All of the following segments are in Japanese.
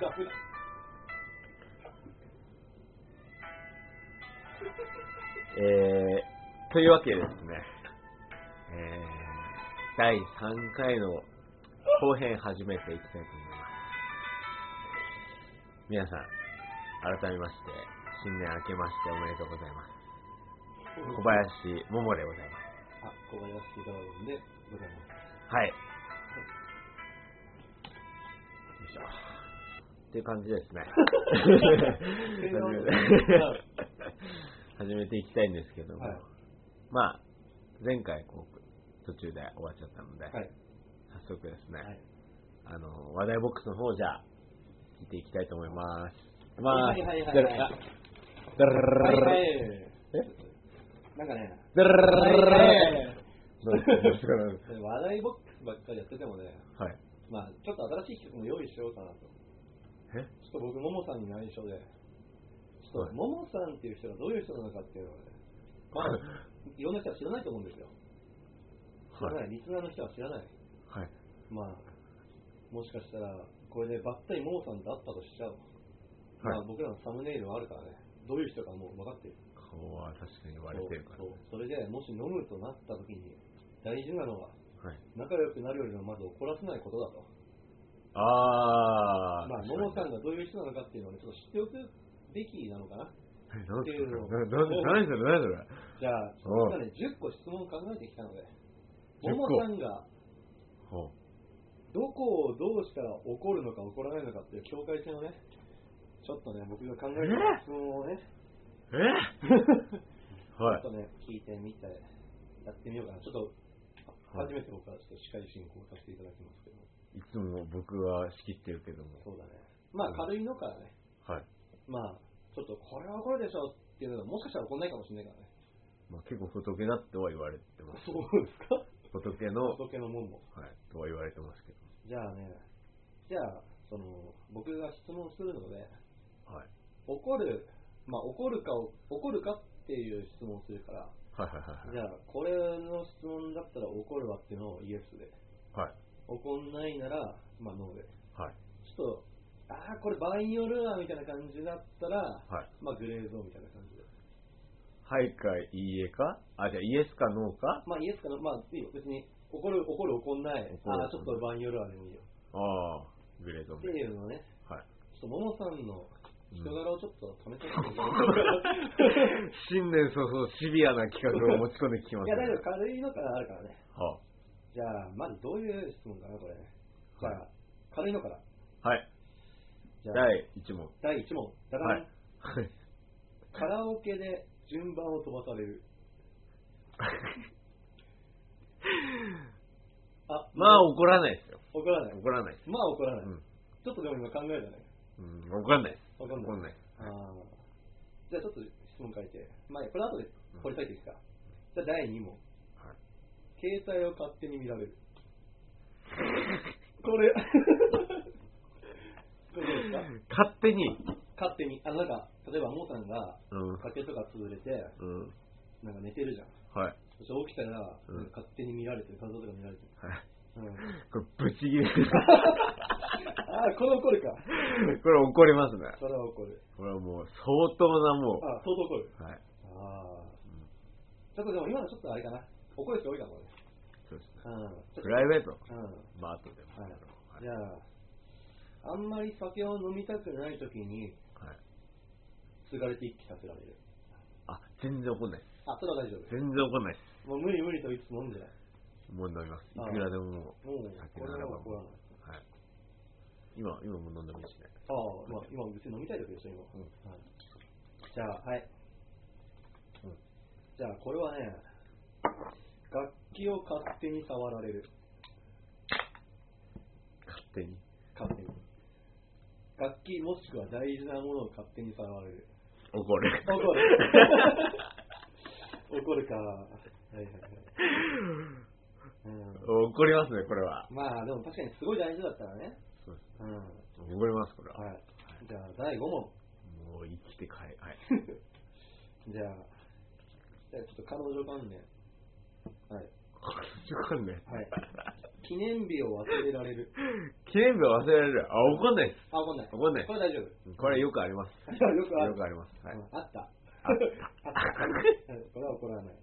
ダメだ。えー、というわけでですね、えー、第3回の後編始めていきたいと思います。皆さん、改めまして、新年明けましておめでとうございます。小林桃でございます。あ、小林ドラゴンでございます。はい。よいしょ。っていう感じです ね。始めていきたいんですけども、はいまあ、前回こう途中で終わっちゃったので、はい。早速ですね、はいあの、話題ボックスの方じゃ、聞いていきたいと思います。まあ、はいはいはいだらあだららららはいえなんかね、だらららららはいどうですかどうです話題ボックスばっかりやっててもね、かはい。まあ、ちょっと新しい企画も用意しようかなと。えちょっと僕、ももさんに内緒で、ちょっはいと、ももさんっていう人がどういう人なのかっていうのはね、まあ、いろんな人は知らないと思うんですよ。知らは。ないい、リスナーの人は知らない。はい。まあ、もしかしたら、これでばったりももさんと会ったとしちゃう。まあ、僕らのサムネイルはあるからね、どういう人かもう分かってる。顔は確かに割れてるからそうそうそれでもし飲むとなった時に、大事なのは、はい。仲良くなるよりもまず怒らせないことだと。あー。まあ、確かもにもさんがどういう人なのかっていうのをね、ちょっと知っておくべきなのかな。えなんっていうのをなな何それ何それじゃあ、おう僕はね、10個質問を考えてきたので、 10も個もさんがほどこをどうしたら怒るのか怒らないのかっていう境界線をね、ちょっとね、僕が考えてた質問をね、うえ はちょっとね、聞いてみて、やってみようかな。ちょっと、はい初めて僕はちょっとしっかり進行させていただきますけど、い。いつも僕は仕切ってるけども。そうだね。まあ、軽いのからね、はい。まあ、ちょっとこれは怒るでしょっていうのが、もしかしたら怒んないかもしれないからね。まあ結構仏だっては言われてます。 そうですか仏の、はい、仏のもんも。とは言われてますけじゃあね、じゃあ、その、僕が質問するので、ど。はい。怒る、まあ、怒るかを、怒るかっていう質問をするから、はいはいはいはい。じゃあ、これの質問だったら怒るわっていうのをイエスで、はい。怒んないなら、まあ、ノーで。はい。ちょっと、ああ、これ場合によるわみたいな感じだったら、はい。まあ、グレーゾーンみたいな感じで。はいかいいえかあ、じゃあイエスかノーかまあ、イエスかな、まあ、いいよ、別に、怒る、怒る、怒んない、怒るああ、ちょっと場合によるわでもいいよ。ああ、グレーゾーンっでて。いうのをね、はい。ちょっと、ももさんの人柄をちょっと試してみてくだ新年早々シビアな企画を持ち込んできま さい。しいや、た大ね丈夫、軽いのからあるからね。はじゃあ、まずどういう質問かな、これ。じゃはあ、軽いのから。あはい。じゃあ、第一問。第1問。だから、はいはい。カラオケで順番を飛ばさ れる。あ、まあ怒らないですよ。怒らない。怒らないです。まあ怒らない。うんちょっとでも今考えたね。うん、わかんないです。わかんない。わかんないあーじゃあちょっと質問書いて。まあ、これ後で掘り下げていくか。じゃあ第2問。はい携帯を勝手に見られ る。これ、 これどうですか勝手に、勝手に。あ、なんか、例えば、モーさんがうん、酒とか潰れて、うん、なんか寝てるじゃん。はい、そして起きたら、うんなんか勝手に見られてる、画像とか見られてる。はい。うん、これ、ぶち切れ。 ああ、これ怒るか。これ怒りますね。それは怒る。これはもう、相当なもあ、相当怒る。う、はい、あうあ、んちょっとでも今のちょっとあれかな。怒る人多いかもね。そうですね。うん。ちょっプライベート、と、うん。まあ、後でもやろう。はいじゃあ、あんまり酒を飲みたくない時に、はい。継がれて一気させられる。あ、全然怒んないです。あ、それは大丈夫。全然怒んないでもう無理無理と言いつも飲んでない。す。もう飲みます。いくらでもももう、酒こなれらばは怒らない。う、はい。今、今もう飲んでもいいしね。ああ、まあ、今別に飲みたい時でしょ、今。うんはい、じゃあ、はい。うんじゃあ、これはね、楽器を勝手に触られる。勝手に。勝手に。楽器もしくは大事なものを勝手に触られる。怒る。 怒る。怒るか。はいはいはい。う怒りますね、これは。ん、まあ、でも確かにすごい大事だったらね。そうでうん。はすね。怒ります、これは。い。じゃあ、第5問。 もう、生きて帰る。はい。じゃあ、じゃあちょっと彼女関連。はい。わかんない。はい。記念日を忘れられる。記念日は忘れられる。あ、怒んないです。 あ、わかんない。わかんないこれ大丈夫。これ よくあります。あよくあるよくあります。はい。あった。あっ あった。うんこれは怒らない。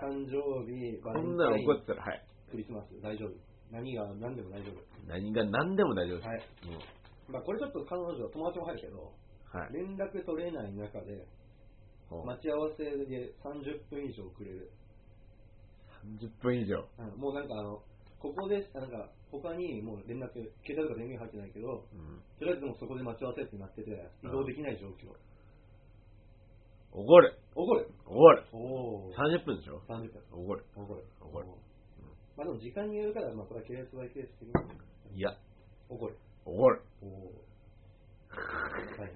誕生日、バこレンんなタのイ怒っン、てたら、はい。クリスマス、大丈夫。何が何でも大丈夫。何が何でも大丈夫です。はいもうまあ、これちょっと彼女、友達も入るけど、はい。連絡取れない中で、ほう待ち合わせで30分以上遅れる。 30分以上。うんもうなんかあの、ここで、なんか、他にもう連絡、携帯とか電源入ってないけど、うんとりあえずもうそこで待ち合わせってなってて、移動できない状況。怒る。怒る怒る。おー。 30分でしょ30分。怒る。怒る。怒るうんまあでも時間によるから、まあこれはケースバイケース的にいや、怒る。怒る。おー。はいはいはい。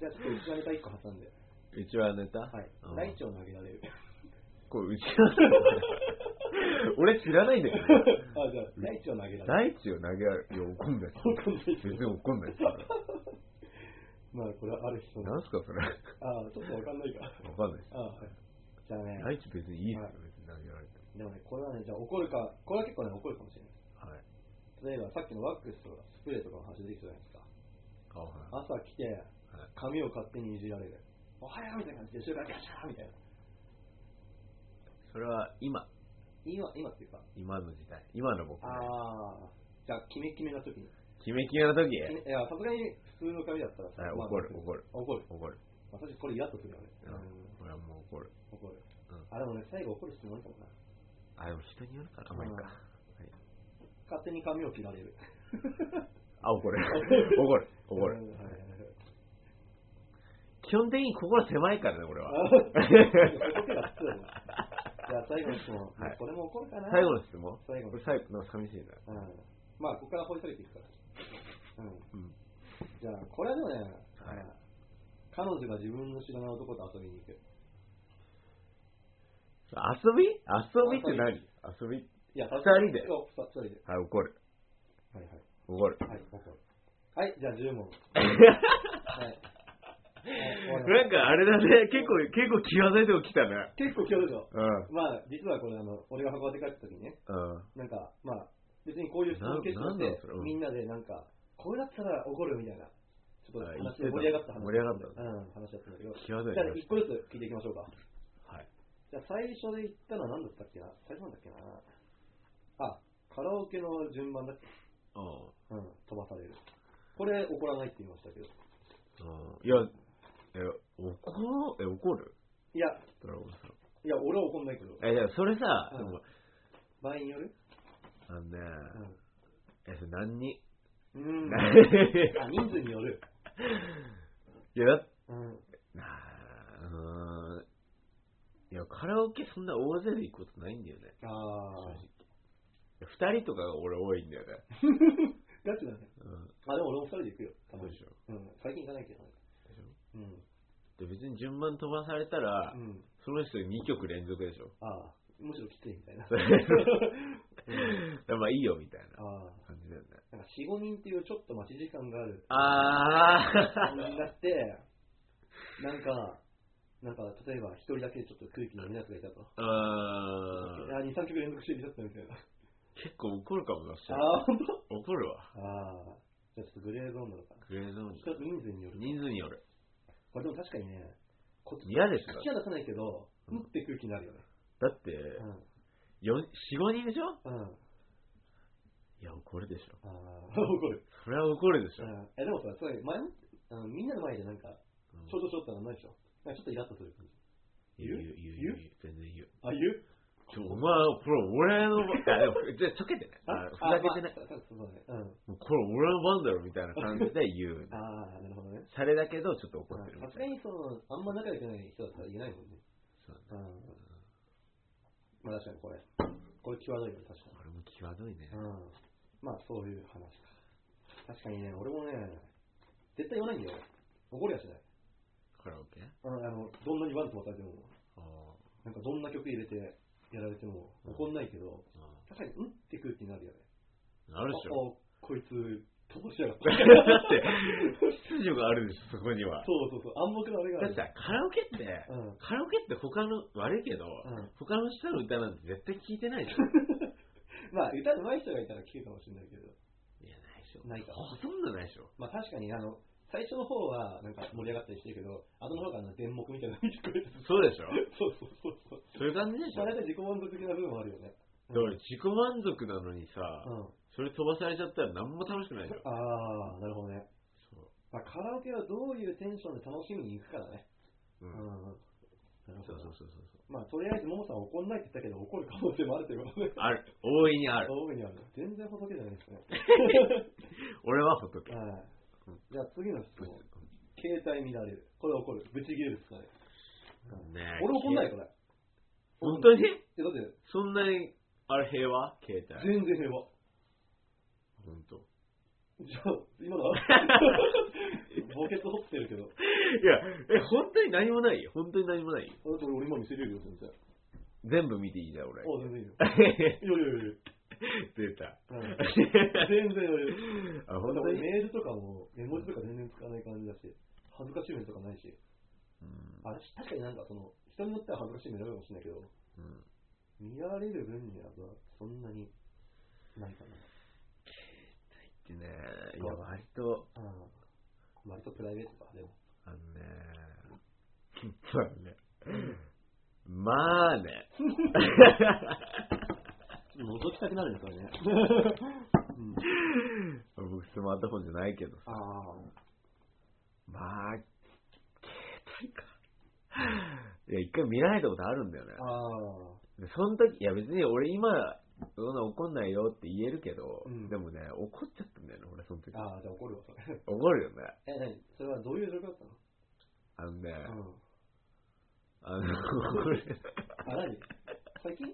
じゃあちょっと内輪ネタ1個挟んで。うちはネタははい。うん大腸投げら れる。これうちは 俺知らないんだけど。あ、じゃあ大腸投げられる。大地を投げられる。いや、怒んないです。怒んないです全然怒んないです。まあこれはある人の。何すか、それ。ああ、ちょっとわかんないから。わかんないです。ああ、はい。じゃあね、大地別にいいですよはい、別に投げられて。でもね、これはね、じゃあ怒るか、これは結構ね、怒るかもしれない。はい。例えばさっきのワックスとかスプレーとかの話できたじゃないですか。あはい朝来て、髪を勝手にいじられる。おはようみたいな感じで、後ろからガシャーみたいな。それは今、今、今っていうか、今の時代、今の僕ね。ああ、じゃあ、キメキメな時に。キメキメの時キメいや、さすがに普通の髪だったらさ、はいまあ怒る怒る。怒る。怒る。私、これ嫌だとするよね。うん俺はもう怒る。怒る。うんあ、でもね、最後怒る人もいるかもな。あ、でも人によるから、まあいいか。はい勝手に髪を切られる。あ、怒 る。怒る。怒る。うんはい はいはい基本的に心狭いからね、俺あそうそうそうそうそうそうそは。うじゃあ最後の質問、はいこれも怒るか な最後の質問最後の俺最後、なんか寂しいな。うん、まあここから掘り下げていくから、うん、うん。じゃあこれはでもね、はいまあ彼女が自分の知らない男と遊びに行くい遊び遊びって何遊びや二人でそう二人ではい、怒る。はいはい怒る。 はい怒るはいじゃあ10問は い、はい終わりまなんかあれだね、結構、結構際どいとこ来たね。した結構強度うん。まあ実はこれあの俺が函館帰った時にねうん。なんか、まあ、別にこういう質問なを決しなんてだそれう、んみんなでなんか、これだったら怒るみたいな、ちょっとあ言っ話てたで盛り上がった話。盛り上がったうん、話だったんだけど。じ際どいゃあ、一個ずつ聞いていきましょうか。はい。じゃあ、最初で言ったのは何だったっけな最初なんだっけなあ、カラオケの順番だっけうん。うん、飛ばされる。これ、怒らないって言いましたけど。うんいや、え、怒るえ、怒るいや、ドラゴンさん。いや、俺は怒んないけど。え、でもそれさ、うんでも、場合によるあのね、うえ、それ何にん。うん。あ、 い人数による。や、だうん。なあうーん。いや、カラオケそんな大勢で行くことないんだよね。あ正ー直。い。や二人とかが俺多いんだよね。ガチだね。うん。あ、でも俺も二人で行くよ。たまそうにでしょ。うん、最近行かないけど。でしょうん。で別に順番飛ばされたら、うん。その人2曲連続でしょ。ああ、むしろきついみた いな。それうんだからまあいいよみたいなあ感じだよね。あ、なんか4、5人っていうちょっと待ち時間がある。あになって、なんか、なんか例えば一人だけちょっと空気のみながいたと。 ー。うーん。あ、2、3曲連続してリタったみたいな。結構怒るかもな、しああ、ほんと怒るわ。ああ、じゃあちょっとグレーゾーンなのかな。グレーゾーン人人数による。人数による。これでも確かにね、こっち嫌でしょ口は出さないけど、うんうんって空気になるよね。だって、うよ4、5人でしょん。うん。いや、怒るでしょ。ああ、怒る。それは怒るでしうょ。ん。え、でもさ、それ前もあのみんなの前でなんか、うんちょちょちょってのはないでしょ。なんかちょっとイラッとする感じ。言う、言う、言う、言う言全然言う。あ、言うちょ、お前、これ俺の、あ、でも、じゃあ、ちょけてね。あふざけてね。あまあそうそうそうね。うん。もうこれ俺の番だろ、みたいな感じで言 う。ああ、なるほどね。シャレだけど、ちょっと怒ってるみさたすがいな。にその、あんま仲良くない人だったら言えないもんね。そうね。うん。まあ確かにこれ。これ際どいよね、確か俺も際どいね。に。うん。まあそういう話か。確かにね、俺もね、絶対言わないんだよ。怒りはしない。カラオケあの、あのどんなにバンと渡されても、ああ。なんかどんな曲入れてやられても怒んないけど、確かに、うんって空気になるよね。うんあるでしょ。ああこいつ、飛ばしやがっ だた。って、秩序があるでしょ、そこには。そうそうそう、暗黙のあれがあだっるて。さ、カラオケって、うん。カラオケって他の、悪いけど、うん 他の人の歌なんて絶対聞いてないでしょ。まあ、歌上手い人がいたら聞くかもしれないけど。いや、ないでしょ。ないかほとんどないでしょ。まあ確かに、あの、最初の方はなんか盛り上がったりしてるけど、後の方があの、電目みたいなのに聞こえてる。 そうでしょそうそうそうそう。そういう感じでしまょあだ大か体自己満足的な部分はあるよね。ら自己満足なのにさ、うん。それ飛ばされちゃったら何も楽しくないでしょ。ああ、なるほどね。そまあ、カラオケはどういうテンションで楽しみに行くかだね。う。う。うんん。なるそほうそうど。そうそうそう。まあ、とりあえず、ももさんは怒んないって言ったけど、怒る可能性もあるということで。ある。大いにある。大いにある。全然仏じゃないですね。俺はほっとけ。はい。じゃあ次の質問。う携帯乱れる。これ怒る。ブチ切れるっすかね。んねえ俺怒んないよ、これ。本当にえ、だって、そんなに、あれ平和携帯。全然平和。本当。いじゃあ、今のは 墓穴掘ってるけど。や、え、本当に何もないよ。本当に何もないよ。あだって俺今見せれるよ、全然。あ、全部見ていいじゃん、俺。 全然いいよ。いやいやいやいや。出た。 うん全然余裕。あ、ほ本ん当にメールとかも、絵文字とか全然使わない感じだし、恥ずかしい面とかないし、うんあれ確かになんかその、人によっては恥ずかしい面あるかもしれないけど、うん見られる分にはまあそんなにないかでね、いや、割と、な。うん。割とプライベートか、でも。あのね、そうだね。まあ ね。ちょっと覗きたくなるね、それ ね。うん、僕、スマートフォンじゃないけどさ。あまあ、携帯か。いや、一回見られたことあるんだよねあ。。ああ。でその時、いや別に俺今、そんな怒んないよって言えるけど、うんでもね、怒っちゃったんだよね、俺その時。ああ、じゃあ怒るわ、それ。怒るよね。え、何それはどういう状況だったのあのね、うん。あの、 俺あ、何最近い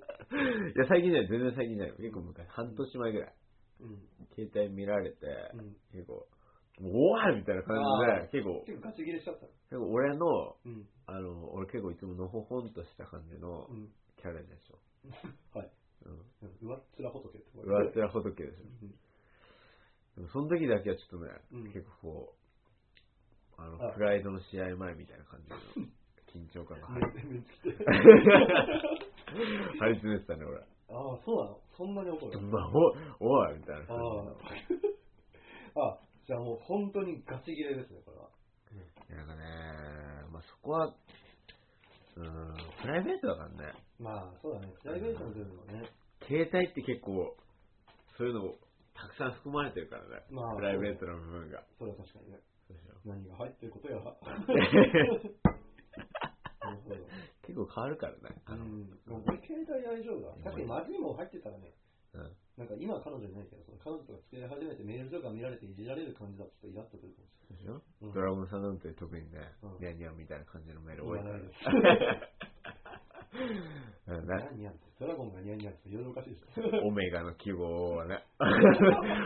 や、最近じゃない、全然最近じゃない。結構昔、半年前ぐらい、うん。携帯見られて、うん。結構、おわみたいな感じで、結構、結構ガチ切れしちゃったの結構俺の、うん。あの、俺結構いつものほほんとした感じのうん。 キャラでしょ。はい。うん。うわっつら仏ってことうわつら仏でしょ。うんでもその時だけはちょっとね、うん結構こう、あのあ、プライドの試合前みたいな感じの 緊張感が入め めっちゃ来て。り張り詰めてたね、俺。ああ、そうなのそんなに怒るまあ、お、おいみたいなあ感 あ。あ、じゃあもう本当にガチ切れですね、これは。じの。なんかね、まあそこは、うーん、プライベートだからね。まあ、そうだね。プライベートの部分はね。携帯って結構、そういうのもたくさん含まれてるからね。まあプライベートの部分が。それは確かにね。そうでしょ何が入ってること やら。な るほど。結構変わるからね。あうのうんん。もう俺携帯大丈夫だ。確かにマジにも入ってたらね、なんか今は彼女いないけど、その彼女とか付き合い始めてメールとか見られていじられる感じだとちょっとイラっとくるかもしでしょうんドラゴンさんなんて特にねうん、ニャンニャンみたいな感じのメール多いれなかい。らね。いらない うんねです。ニャンニャンって、ドラゴンがニャンニャンって、いろいろおかしいでしょ。オメガの記号は ね、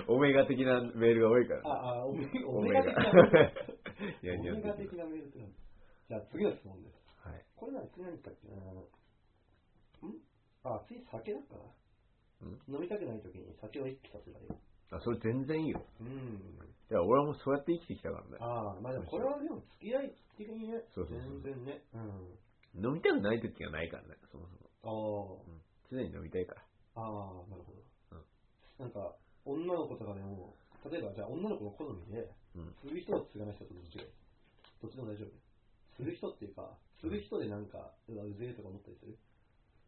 オメガ的なメールが多いからあ ね。あ、オメ オオメメガガ的なメール。ニャンニャンオ的メガな的なメールってなんだじゃあ次の質問です。はい。これなんて何かっていうのはんあ、次酒だったな。うん飲みたくない時に酒を一気させられる。あ、それ全然いいよ。うん。いや、俺はもうそうやって生きてきたからね。ああ、まあでもこれはでも付き合い的にね、そうそうそう全然ね。うん。飲みたくない時がないからね、そもそも。あーうん常に飲みたいから。あー、なるほど。うんなんか、女の子とかでも、例えばじゃあ女の子の好みで、うんする人は継がない人とどっちがいいどっちでも大丈夫する人っていうか、する人でなんか、うわ、うぜえとか思ったりする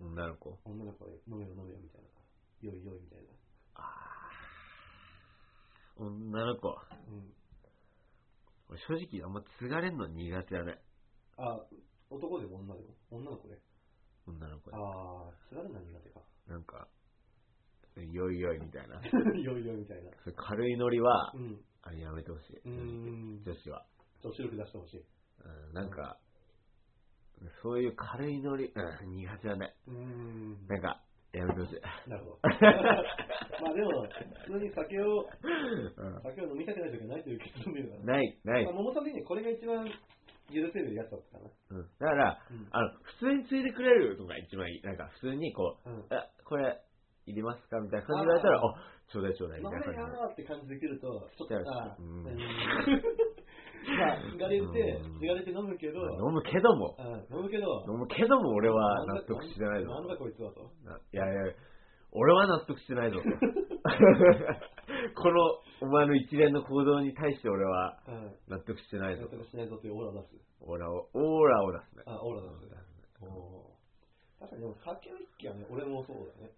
女の子。女の子で飲めよ飲めよみたいな。よいよいみたいな。あー女の子。うん。俺正直あんま継がれんの苦手だね。あ、男でも女でも女の子で。女の子に。ああ、つらるのは苦手か。 なんか、よいよいみたいな。 よいよいみたいな。そういう軽いノリはう、ん。あれやめてほしい。うーん。女子は。女子力出してほしい。うん、なんか、そういう軽いノリ、うん、苦手だね。うーん。なんか、やめてほしい。なるほど。 まあでも、普通に酒を、う酒を飲みたくないといけないという結論で言うのん、はなね。い、ないまあ、。桃さん的にこれが一番許せるやつだったかな。うん、だから、うんあの、普通についてくれるのが一番いい。なんか、普通にこう、うん。あ、これ、いりますかみたいな感じで言われたら、ああ、ちょうだいちょうだいみまたいなあ、感いやーって感じできると、ちょっと、じで。あーううんん。まあ、がれて、うんがれて飲むけど、飲むけども、うん、飲むけど、飲むけども俺はなん納だ得してないの。なんだこいつはと。ないやいや、俺は納得してないぞと。この、お前の一連の行動に対して俺ははい。納得してないぞ納と。得しないぞというオーラを出す。オーラを、オーラを出すね。あ、オーラを出す。おおー。確かにでも、酒の一気はね、俺もそうだね。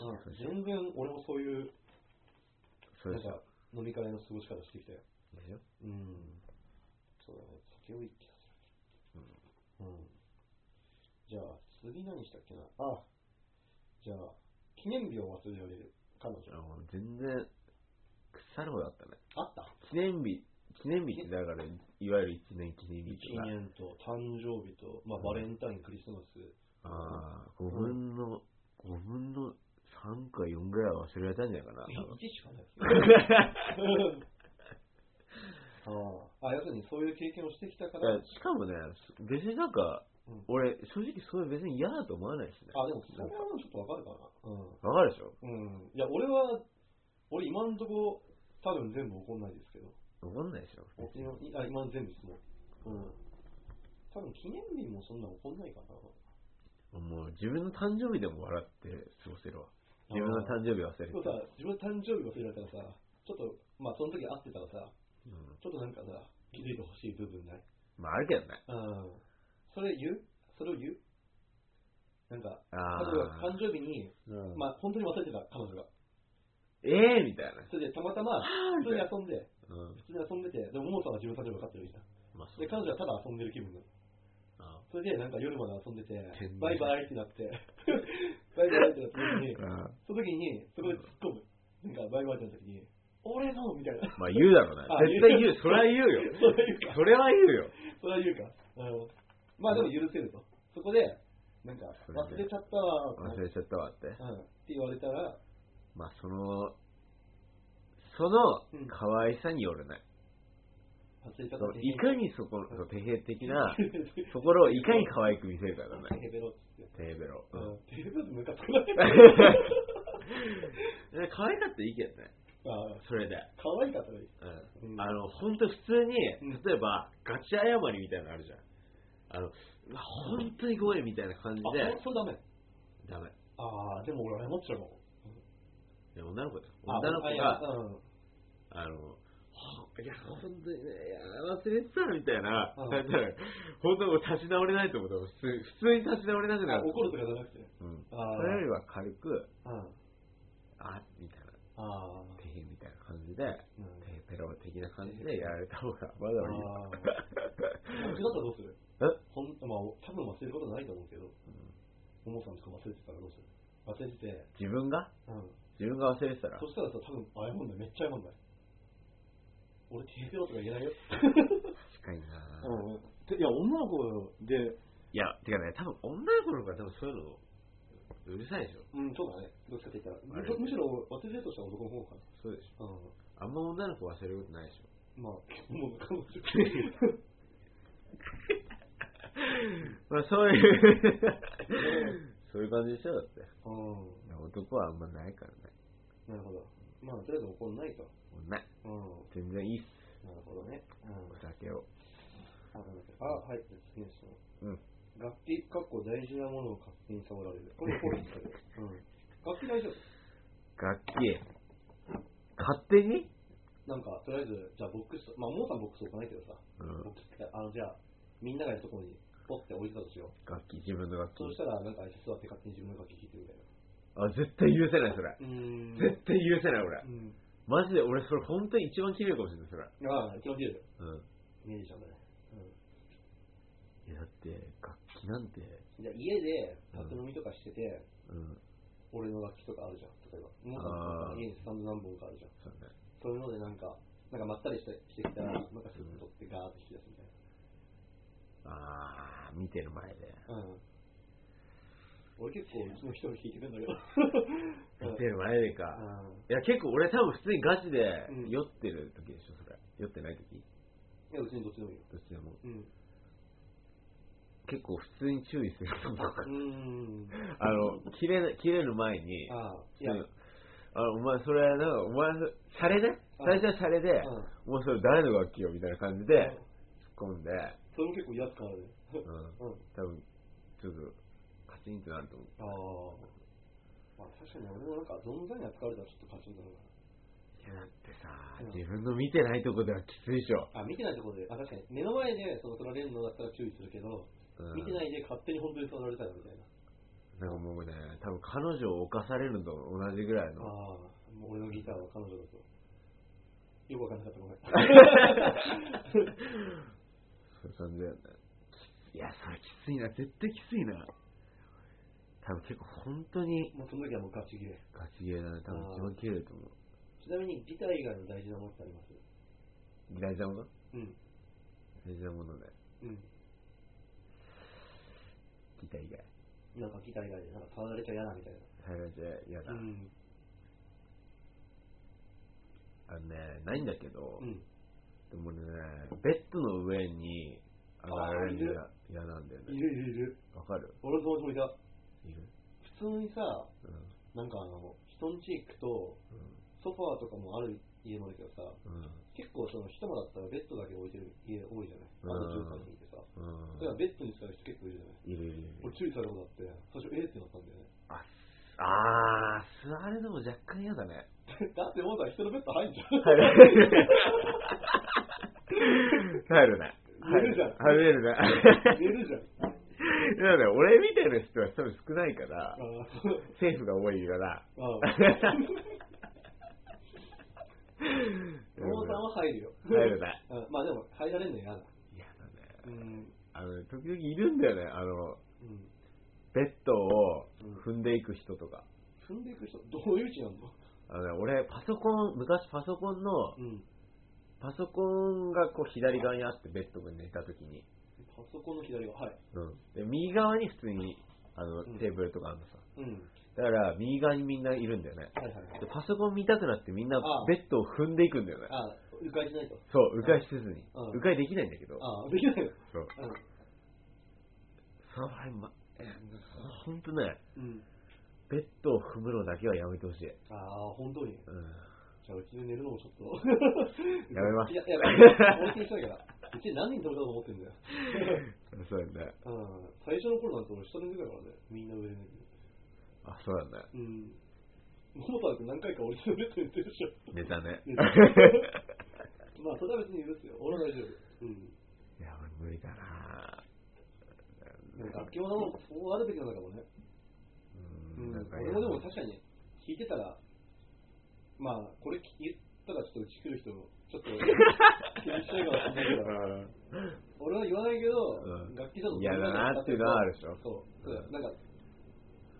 うん、全然俺もそういう、そうなでしんょ。か、飲み会の過ごし方してきたよ。でしょうん。そうだね、酒を一気にする。うん。じゃあ、次何したっけな。あ、じゃあ、記念日を忘れられる彼女。あもう全然、腐るほどあったね。あった記念日、記念日ってだから、いわゆる一年記念日と一か。年と誕生日と、まあ、うんバレンタイン、クリスマス。ああ、5分の、5分の3か4ぐらいは忘れられたんじゃないかな。 多分一しかない。 あああ、要するにそういう経験をしてきたかいやら、しかもね、別になんか、うん俺、正直それ別に嫌だと思わないしね。あ、でもそれはちょっとわかるかな。わかるでしょうん。うん。いや、俺は、俺今んとこ、多分全部怒んないですけど、わかんないでしょ。僕今、いあ今全部ですもん。うん。多分記念日もそんな怒んないかな。もう自分の誕生日でも笑って過ごせるわ。自分のあ誕ー生日忘れでても。さ、自分の誕生日忘れられたらさ、ちょっと、まあその時会ってたらさ、うんちょっとなんかさ、気づいてほしい部分ないまああるけどね。うん。それ言うそれを言うなんか、あ彼女が誕生日に、ーうんまあ、本当に忘れてた、彼女が。ええみたいな。それで、たまたま、普通に遊んで、うん。普通に遊んでて、でも、モーさんは自分の誕生日分かってるじゃん。まあそうで、彼女はただ遊んでる気分なの。あそれで、なんか夜まで遊んでて天然、バイバイってなって、 バイバイってなった時にー、その時に、そこで突っ込む。なんか、バイバイってなった時に、俺のみたいな。 まあ言うだろうねあ。絶対言う。それは言 うよ。それは言うか。それは言うよ。それは言うか。うん。まあ、でも許せると。そこで、なんか、それ忘でれちゃったわ。忘れちゃったわって。うん。って言われたら、まあその、そのうん可愛さによるね。忘れちそゃったのっていかにそこの、そう手平的なテー ところをいかに可愛く見せるかだね。ベロっつって。テーベロ。ううんん。テーベロってムカつく ないね 可愛かったらいいけどね。あそれで。あ、可愛かったらいい。うんうんあの、ほんと普通に、うん例えば、ガチ謝りみたいなのあるじゃん。あの、うわ本当にごめんみたいな感じで、あ、そそれダメ。ダメ。ああ、でも俺謝っちゃうかも。で女の子だよ。あ女の子あいやが、うん。あの、ほいや、本当にね、いや、忘れてたみたいな、うんだったら本当にもう立ち直れないと思ったら普通、普通に立ち直れなくなある。怒るとかじゃなくて。うん。ああそれよりは軽く、うん。あ、みたいな、ああ、てへみたいな感じで、うん。てへペロ的な感じでやられた方が、まだいい。ああ。本当だったらどうするえほんまあ、多分忘れることないと思うけど、おもさんとか忘れてたらどうする忘れてて、自分がうん。自分が忘れてたらそ、したらさ、多分謝んない。めっちゃ謝んない。俺、テーベロとか言えないよ。確かになうんていや、女の子で、いや、てかね、多分女の子の方が多分そういうのうるさいでしょ。うん、そうだね。どっちかって言ったら。あむれむしろ、忘れるとしたら男の方かそうでしな。うょ。あんま女の子忘れることない でしょ。ん。まあ、もう彼女。まあそういう、そういう感じでしょ、だって。 う男はあんまないからね。ん。なるほど。まあ、とりあえず怒んないと。もうない。うん。全然いいっす。なるほどね。うん。お酒を。あ、なんだっけあ、はい。じゃあ次の質問。うん。楽器、かっこ大事なものを勝手に触られる。これもこうですけど。うん。楽器大丈夫楽器。 勝手になんか、とりあえず、じゃあボックス、まあ、もうさんボックス置かないけどさ、うんボックスって、あの、じゃあ、みんながいるところに、ポッて置いてたとしよう。楽器、自分の楽器そう。したら、なんか、あいつ座って勝手に自分の楽器弾いてるみたいな。あ、絶対許せない、それ。うーん絶対許せない、俺う。ん。マジで、俺、それ本当に一番切れるかもしれない、それ。ああ、一番出る。うん。ミュージシャンだね。いや、だって、楽器なんて、うん。じゃあ、家で、宅飲みとかしてて、うん。俺の楽器とかあるじゃん。例えば、もうあさあん家にスタンド何本かあるじゃん。そうね。そういうので、なんか、なんかまったりしてしてきたら、なんかすぐ取ってガーって引き出すみたいあー、見てる前で。な。うん。俺結構、いつも一人弾いてるんだけど。見てる前でうか。ん。うんいや、結構俺多分普通にガチでうん酔ってる時でしょ、それ。酔ってない時いや、うちにどっちでもいいよ。どっちでも。うん。結構普通に注意すると思ううーん。あの、切れな、切れる前に、ああ、いや、ううんんあの、お前、それ、なんか、お前、シャレねあ最初はシャレで、もうそれ誰の楽器よ、みたいな感じで、突っ込んで、それも結構嫌っすからね。うん。うん。多分、ちょっと、カチンってなると思う。ああ。まあ確かに俺もなんか存在に扱われたらちょっとパチンコのいやだってうさん、自分の見てないとこではきついでしょ。あ見てないところであ確かに目の前でその取られるのだったら注意するけど、うん見てないで勝手に本当に取られたらみたいななんかもうね、多分彼女を犯されるのと同じぐらいあの。あもう俺のギターは彼女だとよくわかんなかったごめん そういう感じだよね。いや、それきついな。絶対きついな。多分結構本当にもうその時はもうガチ切れガチゲーだね。多分一番切れると思う。ちなみにギター以外の大事なものってあります大事なものうん大事なものね。うんギター以外。なんかギター以外でなんか触られちゃ嫌だみたい最後じゃ嫌だな。んあのね、ないんだけど、うんでもね、ベッドの上に上がられるのがあ嫌なんだよいね。るいるいるわかる俺の友達もいたいる普通にさうん。なんかあの人ん家行くとソファーとかもある家もあるけどさうん。結構その一間だったらベッドだけ置いてる家多いじゃないあの中華にいてさだうん。からベッドに使う人結構いいるいるじゃないるいる俺。注意されたことあって最初えーってなったんだよねあ、あー、座るのも若干嫌だね。 だってもうさ人のベッド入んじゃ ん入る。入るね。入るじゃん入れるね。 寝るじゃんだからね、俺みたいな人は多分少ないから、あーそう政府が多いから。 あ うんー大野さんは入るよ入るね。 うんまあでも入られるの嫌だ嫌だね。うんあの、時々いるんだよね、あの、うんベッドを踏んでいく人とか。踏んでいく人どういう位置なんだあのね、俺、パソコン、昔パソコンの、うんパソコンがこう左側にあって、ベッドが寝た時に、パソコンの左側はいうん。で、右側に普通に、あの、うんテーブルとかあるのさ。うんだから、右側にみんないるんだよね。 はいはいはいで、パソコン見たくなってみんなああベッドを踏んでいくんだよね。あ迂回しないとそう、迂回せずに。うん迂回できないんだけど。あできないよそう。その辺、ま、えほんとね、うん、うん、ベッドを踏むのだけはやめてほしい。ああ本当うにん。じゃあうちで寝るのもちょっと やめますいやいや本当にしたいからうち何人泊めたと思って んだよそうやね。うん最初の頃なんて俺下寝てたからねみんな上で寝てあ、そうやね。るうん桃田君何回か俺とベッドに寝てるでしょ寝た ね。寝まあそれは別に許すよ俺は大丈夫うんいや、俺無理だなでも楽器もなもんそうあるべきなんだからねう、うんんなんか俺もでも確かに弾いてたらまあこれ言ったらちょっとうち来る人もち ょっと気にしないかもしれないけど俺は言わないけど、うん楽器だと嫌だなっていうのはあるでしょそう、うんそうなんか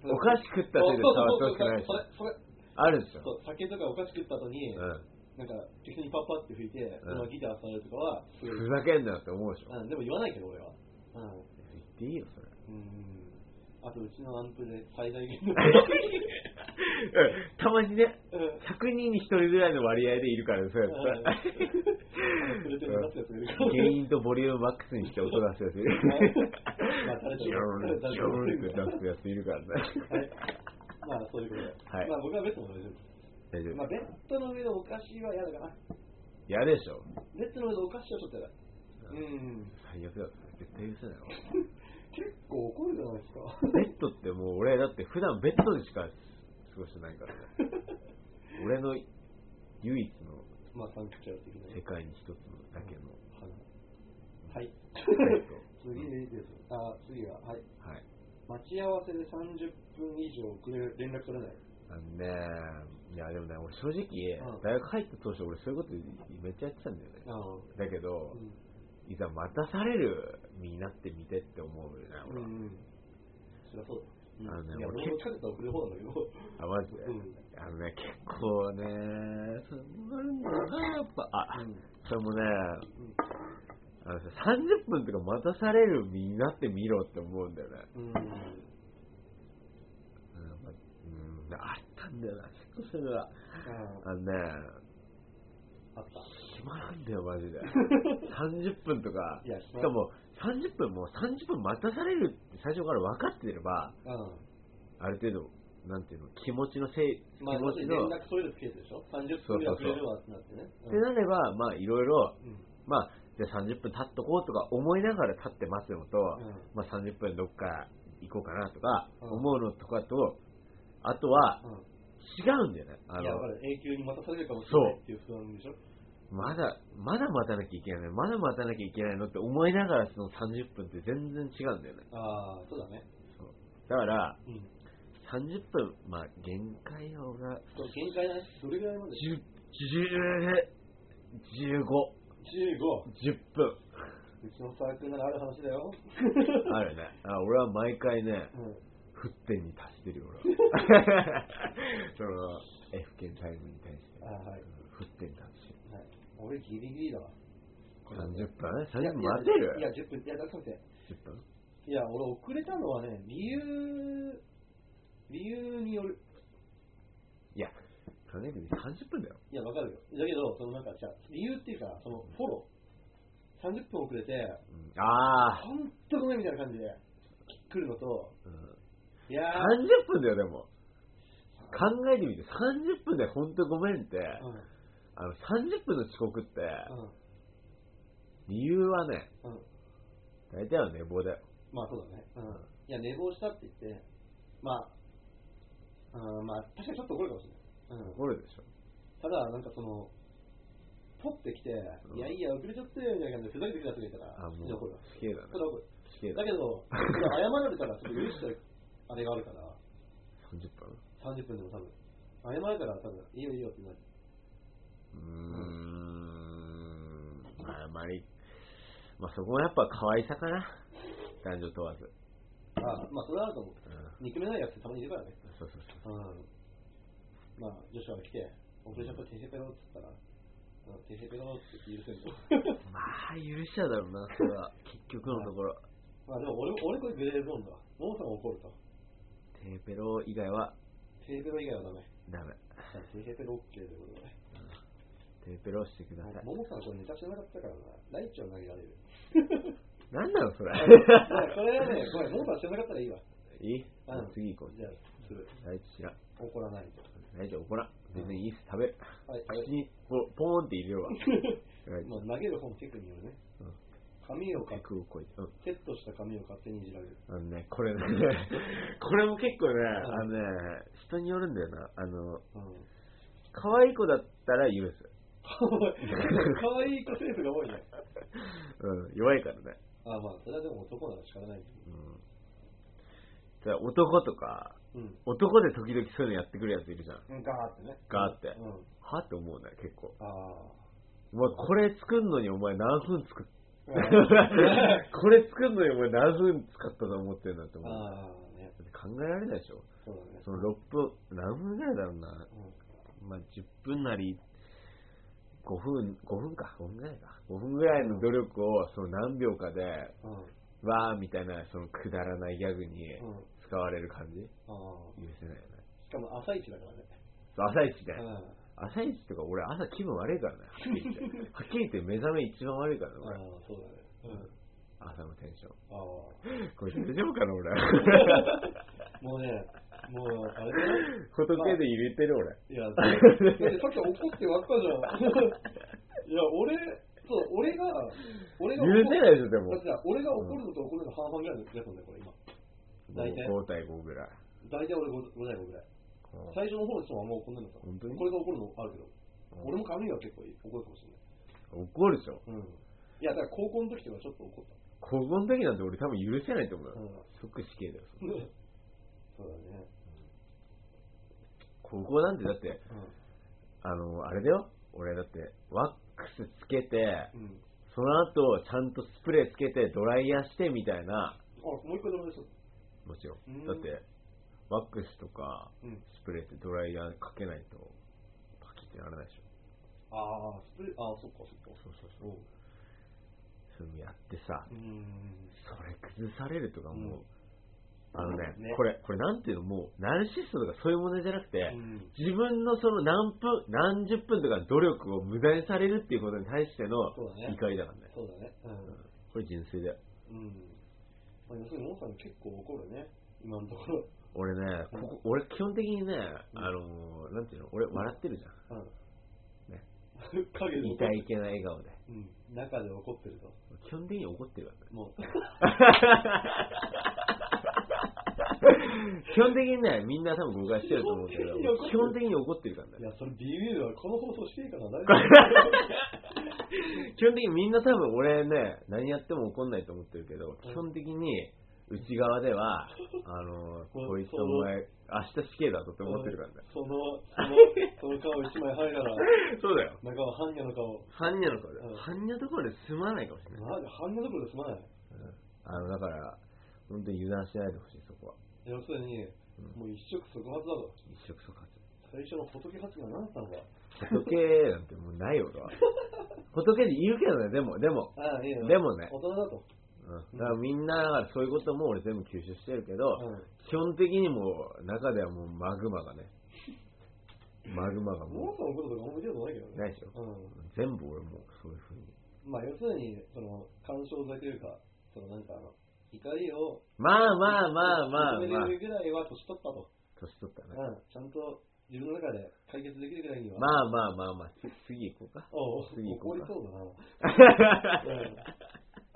お菓子食った手で触ってほしくないでしょそうそうそうそれあるでしそれそょ。う酒とかお菓子食った後に、うなんか適当にパッパって吹いて、そのギター触るとかはすごい、ん。ふざけんなよって思うでしょ。うん、でも言わないけど俺はうん言っていいよ、それ。 うんあとうちのアンプで最大限のたまにね、うん100人に1人ぐらいの割合でいるから、そうやってさ。 触れてるなってやつがいるから原因とボリュームマックスにして音出すやついる。まあ誰 ジョだろうーン、ジョーンって出すやついるからね。はいまあそういうことで、はいまあ僕はベッドも大丈大丈夫、まあ、夫。ベッドの上のお菓子は嫌だかな嫌でしょ。ベッドの上のお菓子はちょっと嫌だううん最悪だった。絶対許せないわ。結構怒るじゃないですか。ベッドってもう俺だって普段ベッドでしか過ごしてないから ね俺の唯一の まあ、サンクチュアル的な世ね。界に一つのだけのはい。はい。ベッド 次でいいです。あ、次は、はい。はい待ち合わせで30分以上遅れる、連絡取れない。あのねいやでもね俺正直、うん大学入った当初俺そういうことめっちゃやってたんだよねああ。だけど、いざ待たされる身になってみてって思うよねう俺は、ん。うん。そりゃそうだ。あのねいや、俺俺も近づいたら遅れる方なんだけど。あマジで、うんあのね結構ねそれもあるんだよなやっぱあ、うんそれもねうんあのさ30分とか待たされる身になってみろって思うんだよね。うん。うん、まうんあったんだよな、結構それは。ああのね、あ、あった。暇なんだよ、マジ で。30分とか、いやしかも30分もう30分待たされるって最初から分かってれば、うん。ある程度、なんていうの、気持ちのせい、気まあ、も持しち連の、絡取れるケースでしょ ?30 分ぐらい遅れるわってなってね。ってなれば、まあいろいろ、うん。うんまあ、じゃあ30分立っとこうとか思いながら立って待つのと、うんまあ30分どっか行こうかなとかうん思うのとかと、あとは、うん。違うんだよね。あいや、わかの、る。永久に待たされるかもしれないっていう不安でしょ。まだ、まだ待たなきゃいけないのまだ待たなきゃいけないのって思いながらその30分って全然違うんだよね。ああ、そうだね。だから、うん。 30分、まあ、限界をが、これ限界だね。どれぐらいまで10 10 ?15。 15、10分。うちのサークルならある話だよ。あるね。あ俺は毎回ね、うん。沸点に達してるよ、俺 は。その、F 県タイムに対して。あはい沸点に達してる。はい。俺ギリギリだわ。 30分い ?30 や分待てるいや、10分。いや、だって待って。 ?10 分いや、俺遅れたのはね、理由、理由による。いや、考えてみ30分だよ。いや、わかるよ。だけど、そのなんか、じゃあ理由っていうか、そのフォロー。30分遅れて、うんああ、ほんとごめんみたいな感じで来るのと、うん。いやー、 30分だよ、でも。考えてみて、30分で本当ごめんって、うん、あの30分の遅刻って、う理由はね、ん、うん。大体は寝坊だよ。まあそうだね。うん。いや、寝坊したって言って、まあ、うん、まあ、確かにちょっと怒るかもしれない。うん。怒るでしょ。ただ、なんかその、取ってきて、うんいやいや、遅れちゃってよみたいな感じで、ふざけてきた人がいたら、あ、も普通に怒うるわ。、死刑だなそ。れは怒る。死刑だだ。け ど、謝られたら、ちょっと許したいあれがあるから、 30分30分でも多分。謝られたら多分、いいよいいよってなる。うーん、まあ、あまり、まあそこもやっぱ可愛さかな。男女問わず。あまあ、それはあると思う。うん。憎めないやつってたまにいるからね。そうそうそう。うん。まあ、女子が来て、遅れちゃった、停止ペロって言ったら、うん、停止ペロって許せる の。まあ、許しちゃうだろうな、それ は。結局のところ。まあでも俺、俺これグレーゾーンだわ。モモさんが怒ると。テーペロ以外はテーペロ以外はダメ。ダメ。テーペロ OK ということで。テーペロしてください。モモさんこれネタしてなかったからな。ライチを投げ られる。なんなの、それ。 それはね、ごめん、モモさんしてなかったらいいわ。 いいうん次行こう。じゃあ、する。大地知らん。怒らないと。大地怒らん。全然いいっす。食べる。はい、あ口にポポーンって入れるわ。れ。まあ、投げる方のテクによるね。うん髪をか、角を越えて。うん。セットした髪を勝手にいじられる。あのね、これね、 これも結構ね、あのね、人によるんだよな。あの、うん。可愛い子だったら許す。かわいい子セーフが多いね。 うん、弱いからね。あまあ、それはでも男なら仕方ないけうん。じゃあ男とか、ど。うん。男で時々そういうのやってくるやついるじゃん。うん、ガーってね。ガーってうん。はって思うね、結構。ああ。お前、これ作んのにお前何分作っあ これ作んのにお前何分使ったと思ってんだって思う。あ、ね。考えられないでしょ。そうだね。その6分、何分ぐらいだろうな。まあ、10分なり、5分、5分か、5分ぐらいか。5分ぐらいの努力を、その何秒かで、うん。うん。わーみたいな、そのくだらないギャグにうん。使われる感じ、ああ。許せないよね。しかも朝一だからね。そう朝一うね。ん。朝一とか俺朝気分悪いからね。はっきり言って。はっきり言って目覚め一番悪いからね、ああ俺。、そうだね。うん。朝のテンショああ。ン。これ大丈夫かな、俺。もうね、もう、あ れだよ。仏で入れてる、俺。い や、だってさっき怒って割った じゃん。いや、俺、そう、俺が、俺が怒許せないでしょ、でもだって。さ俺が怒るのと怒るの半々ぐらいのやつなんだよ、これ今。大体もう5対5ぐらい。大体俺5対5ぐらい。うん最初の方の人はもう怒んないのさ。本当にこれが怒るのあるけど。うん俺も髪が結構怒るかもしれ怒るでしょ。ない。うん。いや、だから高校の時とかちょっと怒っ高校の時なんて俺多分許せないと思うよた。。うん。即死刑だよ。 そうだね。高校なんてだって、あの、あれだよ。俺だって、ワックスつけて、うん。うん。その後、ちゃんとスプレーつけて、ドライヤーしてみたいな、あ、もう一回ダメです。もちろうんん。だって、ワックスとか、うん。スプレーってドライヤーかけないと、パキってならないでしょ。ああ、スプレー、ああ、そっかそっか。そうそうそう。そういうのやってさ、うん。それ崩されるとかもう、うんあのねねこれ、これなんていうの、もう、ナルシストとかそういう問題じゃなくて、うん自分のその何分、何十分とかの努力を無駄にされるっていうことに対してのそうだね怒りだからね。そうだね。うん。これ純粋だよ。うん。まあ、要するに、モンさん結構怒るね。今のとこ ろ。俺ね、ここ俺基本的にね、あのーなんていうの、俺笑ってるじゃん。うん。ね。影でい怒ってたるいけない笑顔で。うん。中で怒ってると。基本的に怒ってるからね。もう。 基本的にね、みんな多分誤解してると思うけど、基基本本的に怒ってるからいね。や、それ DV ではこの放送していい かな、大丈基本的にみんな多分俺ね、何やっても怒んないと思ってるけど、基本的に内側では、あの、ここいつお前、明日死刑だぞって夫。思ってるからね。その、その、その顔一枚半やら、そうだよ。中は半夜の顔。般若の頃うん般若どころで済まないかもしれない。マジ、半夜どころで済まない。あの、だから、本当に油断しないでほしい、そこは。要するに、もう一触即発だと。一触即発。最初の仏発言は何だったんだ仏なんてもうないよ、俺は。仏で言うけどね、でも、でも、ああ、いいよでもね大人だと。うん、だからみんな、だからそういうことも俺全部吸収してるけど、うん基本的にもう中ではもうマグマが ね、マグマがモもーさんのこととかあんま見たことないけどう、ね。ないでしょ。う全部俺もうそういうふうに。ん。まあ、要するに、その、干渉剤というか、その、なんかあの、怒りを、まあまあまあまあ認めまあれ、るぐらいは年取ったと。年取ったね。うん。ちゃんと自分の中で解決できるぐらいには。まあまあまあまあ、次行こうか。おう次行こ怒うりかそうだな。うん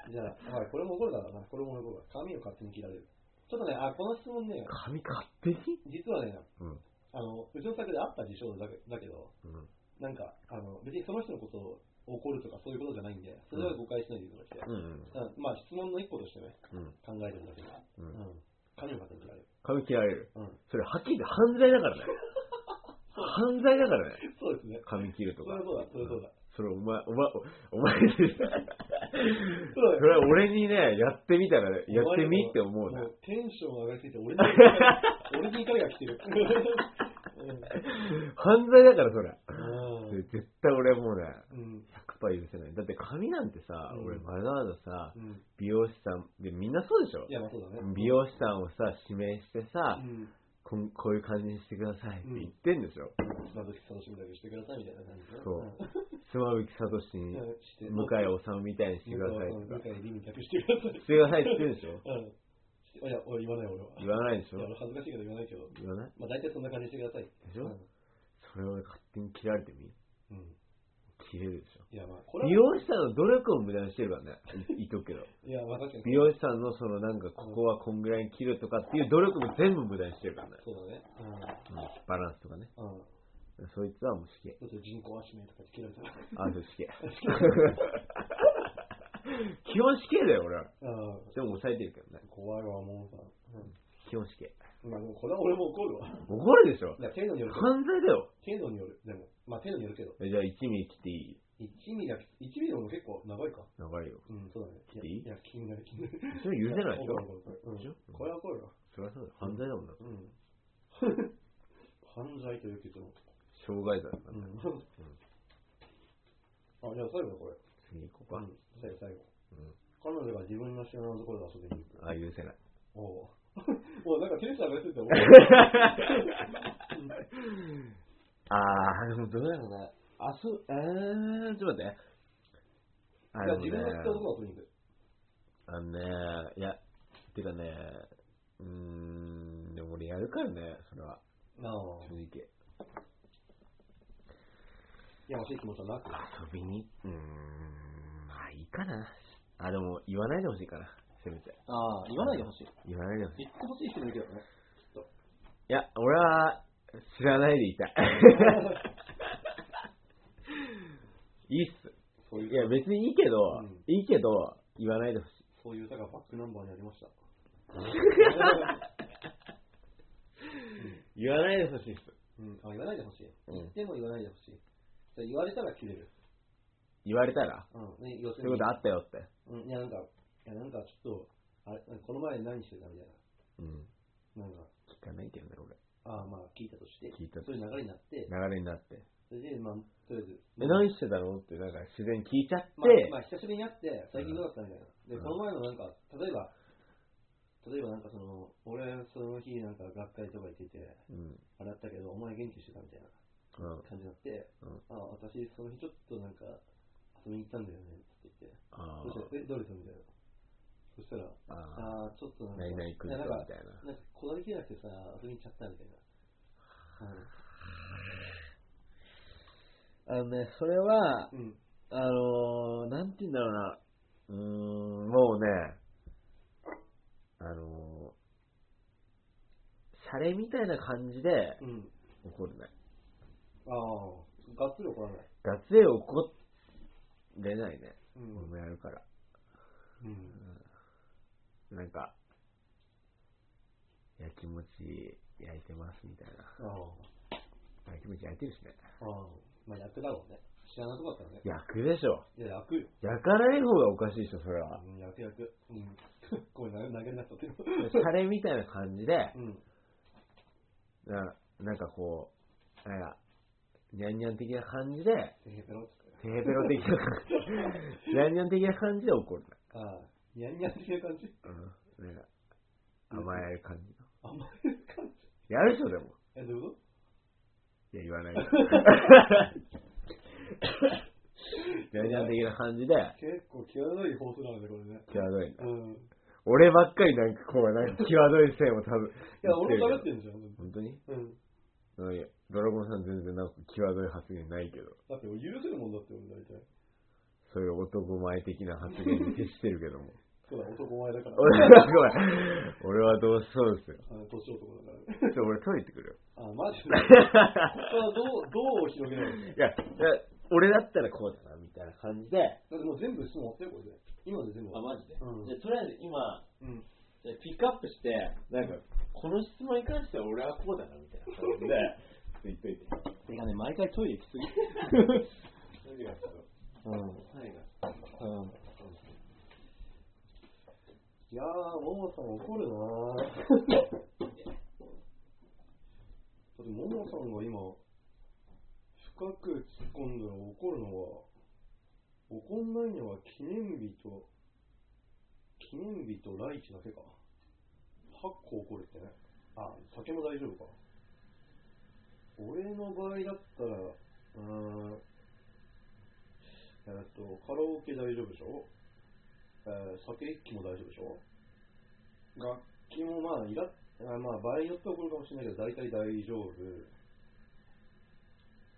じゃあ、まあ、これも怒るだろうな。これも怒るわ。髪を勝手に切られる。ちょっとね、あ、この質問ね、髪勝手に実はね、うん。あの、うちの作であった事象だけだけど、うん。なんか、あの、別にその人のことを怒るとかそういうことじゃないんで、それは誤解しないでいただきたい。うん。うんまあ、質問の一個としてね、うん。考えてるんだけど、う。うんん。髪を勝手に切られる。髪切られる。うん。それはっきり言って犯罪だ からね。犯罪だからね。そうですね。髪切るとそかれ。はそうだ、それはそうだ。それお前、お前、おお前、それは俺にね、やってみたら、やってみって思うもね。うテンション上がりすぎて、俺 に怒りが俺に怒りが来てる。犯罪だからそれ。うんで絶対俺もうね、うん。 100%許せない。だって髪なんてさ、うん俺わざわざさ、うん。美容師さん、でみんなそうでしょいや、まあそうだね。美容師さんをさ、指名してうさ、ん。こんこういう感じにしてくださいって言ってんでしょ。今時楽しみだけしてくださいみたいな感じで。そうん妻夫木聡に、う向んして井治みたいにしてくださいと向か、井理に託してください。してくださいって言うんでしょうん。していや、俺言わない俺は。言わないでしょいや、俺恥ずかしいから言わないけど。言わないまあ大体そんな感じにしてください。でしょうんそれを勝手に切られてみうん。切れるでしょいや、まあこれは美容師さんの努力を無駄にしてるからね、い 言っとくけど。いや、まあ確かに。美容師さんのそのなんか、ここはこんぐらいに切るとかっていう努力も全部無駄にしてるからね。そうだね。うんバランスとかね。うん。うん。そいつはもう死刑。だって人工足名とかつけられたら。あ、そう死刑。基本死刑だよ、俺は。うん。でも抑えてるけどね。怖いわ、もうさ。う基本死刑。ん。まあでもこれは俺も怒るわ。怒るでしょいや、程度によるけど。犯罪だよ。程度による。でも、まあ程度によるけど。えじゃあ、1ミリ切っていい1ミリだけ、1ミリでも結構長いか。長いよ。うん、そうだね。いいいや、いや気になる、気になる。それ許せないでしょ怒る怒る怒るでしょうんこれは怒るわ。そりゃそうだよ。犯罪だもんな。うん。 犯罪という結論。障害罪だからうね。ん。あ、じゃあ最後だ、これ。次行こうか。うん最後、最後。うん彼女が自分の知らないところで遊びに行く。あ、許せない。おおう。 もうなんかテンション上がりすぎて、俺 あー、でもどうやろうな。あそ、えー、ちょっと待って。あいや自分の知ったところで遊びに行く。あのね、いや、てかね、うーん、でも俺やるからね、それは、なあ。正直。いや、欲しい気持ちはなく。遊びに、うーん、まあいいかな。あ、でも言わないでほしいかな、せめて。ああ、言わないでほしい。言わないでほしい。い言ってほしい人もいるけどね。や、俺は知らないでい たい。いいっす。そういういや、別にいいけど、うんいいけど、言わないでほしい。そういう歌がバックナンバーにありま した。言わないでほしいっす。うん、あ言わないでほしい。うん言っても言わないでほしい。それ言われたら切れる。言われたら、うん、ね、要すそういるうにこと、あったよって。うん、いや、なんか、いや、なんかちょっと、あれ、この前何してたみたいうん。な。なんか、聞かないけどね、俺。ああ、まあ、聞いたとして、聞いたとそういう流れになって、流れになって。それで、まあ、とりあえず、え、何してたのって、なんか自然に聞いちゃって、まあ、まあ、久しぶりに会って、最近どうだったみたいな。うで、んこの前のなんか、例えば、例えばなんかその、俺、その日なんか学会とか行ってて、うん。あれだったけど、お前元気してたみたいな。うん。感じになって、うんあ私、その日ちょっとなんか遊びに行ったんだよねって言って、あそしたら、え、どれとみたいな。そしたら、あ。ああ。あー、ちょっとなんか、何々くんといやみなんか、たいな。なんかこだわりきれなくてさ、遊びに行っちゃったみたいな。あのね、それは、うん。うん。あのー、なんて言うんだろうな。うーん、もうね、あのシャレみたいな感じでうん。怒んない。ああ、がっつり怒らない。ガツで怒れないね。う俺ん。もやるから。うん。なんか、焼きもち焼いてますみたいな。ああ、焼きもち焼いてるしね。ああ、まあ楽だろうね。知らなそうだったらね。焼くでしょ。いや、楽よ。焼かない方がおかしいでしょ、それは。うん、楽楽。うん。 これ投げ投げに なったけど。シャレみたいな感じで、うん。ななんかこう、なんか、にゃんにゃん的な感じで、ペヘペロっつって。テヘペロ的な感 じ、にゃんにゃん的な感じで怒るな。ああ、ニャンニャンっていう感じうん。なんか、甘える感じの。甘える感じやるでしょ、でも。え、どういうこいや、言わ ない。にゃんにゃん的な感じで、と結構際どい放送なので、これね。際どいな。うん。い俺ばっかりなんかこう、なんか際どい線を多分。いや、俺も喋ってんじゃん。本当にうん。うんドラゴンさん全然なんか際どい発言ないけど、だって俺許せるもんだって、俺大体。そういう男前的な発言に徹してるけ ども。そうだ、男前だ から。俺はごめん。俺はどうしそうですよ。あの年男だからね。ちょっと俺トイレ行ってくるよ。あ、マジで。ここはどう、どう広げるの いや、いや俺だったらこうだな、みたいな感じで。だってもう全部質問終わってよ、これで。今ので全部終わっマジでうんゃあとりあえず今、てる。うん。じゃあピックアップして、なんか、この質問に関しては俺はこうだな、みたいな感じで、言っと いて。てかね、毎回トイレ行きすぎ。何がちょっと、何がうん。いやー、ももさん怒るなー。だって、ももさんが今、深く突っ込んだら怒るのは、怒んないのは記念日と、記念日と来日だけか。8個怒るってね。あ、酒も大丈夫か。俺の場合だったら、うーん、えーっと、カラオケ大丈夫でしょえー酒一気も大丈夫でしょ楽器もまあ、いらあまあ、場合によっては怒るかもしれないけど、大体大丈夫。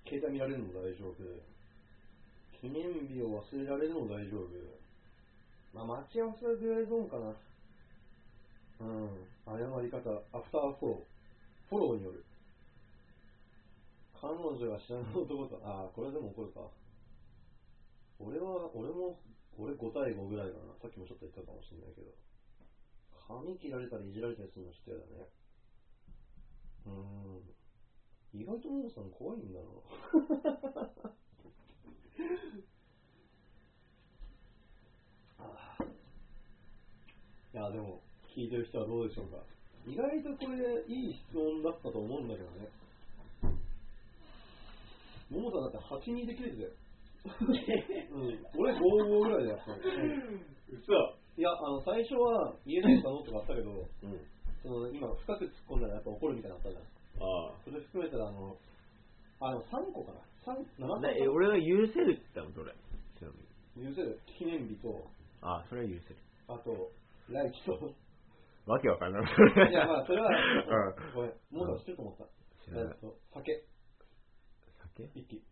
携帯見られるのも大丈夫。記念日を忘れられるのも大丈夫。まあ、待ち合わせぐらいゾーンかな。うん。謝り方、アフターフォロー。フォローによる。彼女が知らない男と、ああ、これでも怒るか。俺は、俺も俺5対5ぐらいだな。さっきもちょっと言ったかもしれないけど。髪切られたりいじられたりするの知ってるだね。うーん。意外とモモさん怖いんだな。 あーいや、でも、聞いてる人はどうでしょうか。意外とこれ、いい質問だったと思うんだけどね。モモさんだって8にできるぜ。うん、俺55ぐらいだよ、やっぱり嘘いや、あの、最初は家出したのとかあったけど、うん。その、今、深く突っ込んだらやっぱ怒るみたいなのあったじゃん。ああ。それ含めたら、あの、あの、3個かな。三7ね、え個俺が許せるって言ったのどれちなみに許せる。記念日と、あそれは許せるあと、来期と。 わけわかんない いや、まあ、それは、うんごめん、もう知ってると思った。知らないえっと酒、酒一気、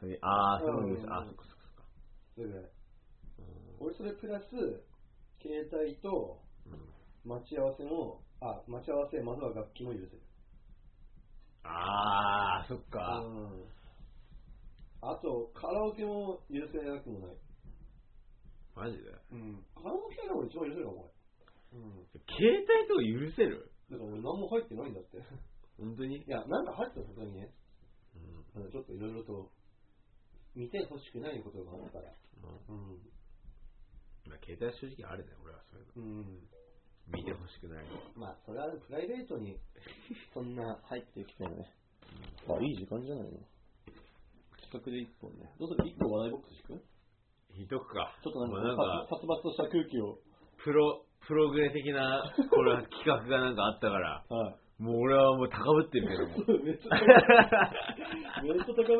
それああうそんれも許せるあうんそっかそっかそっかそれぐらい。俺、それプラス、携帯と、うん待ち合わせも、あ、待ち合わせ、まずは楽器も許せる。ああそっかうんあと、カラオケも許せなくもない。マジでうん。カラオケが俺一番許せるかも、俺。うん。携帯とか許せるだから俺何も入ってないんだって。い本当にや、なんか入ってたさすがにね。うんうんちょっといろいろと、見てほしくないことがあったから。まあうん。まあ携帯正直あるね俺はそういうのうん。見てほしくないまあ、それはプライベート に、そんな入ってきてもね。あ、いい時間じゃないの。企画で1本ね。どうする ?1 個話題ボックス引くひどくかちょっとなんまあなんか、か殺伐とした空気を。プロプログレ的なこれは企画がなんかあったからはい。もう俺はもう高ぶってるけども 許めっちゃ高ぶめっちゃ高ぶ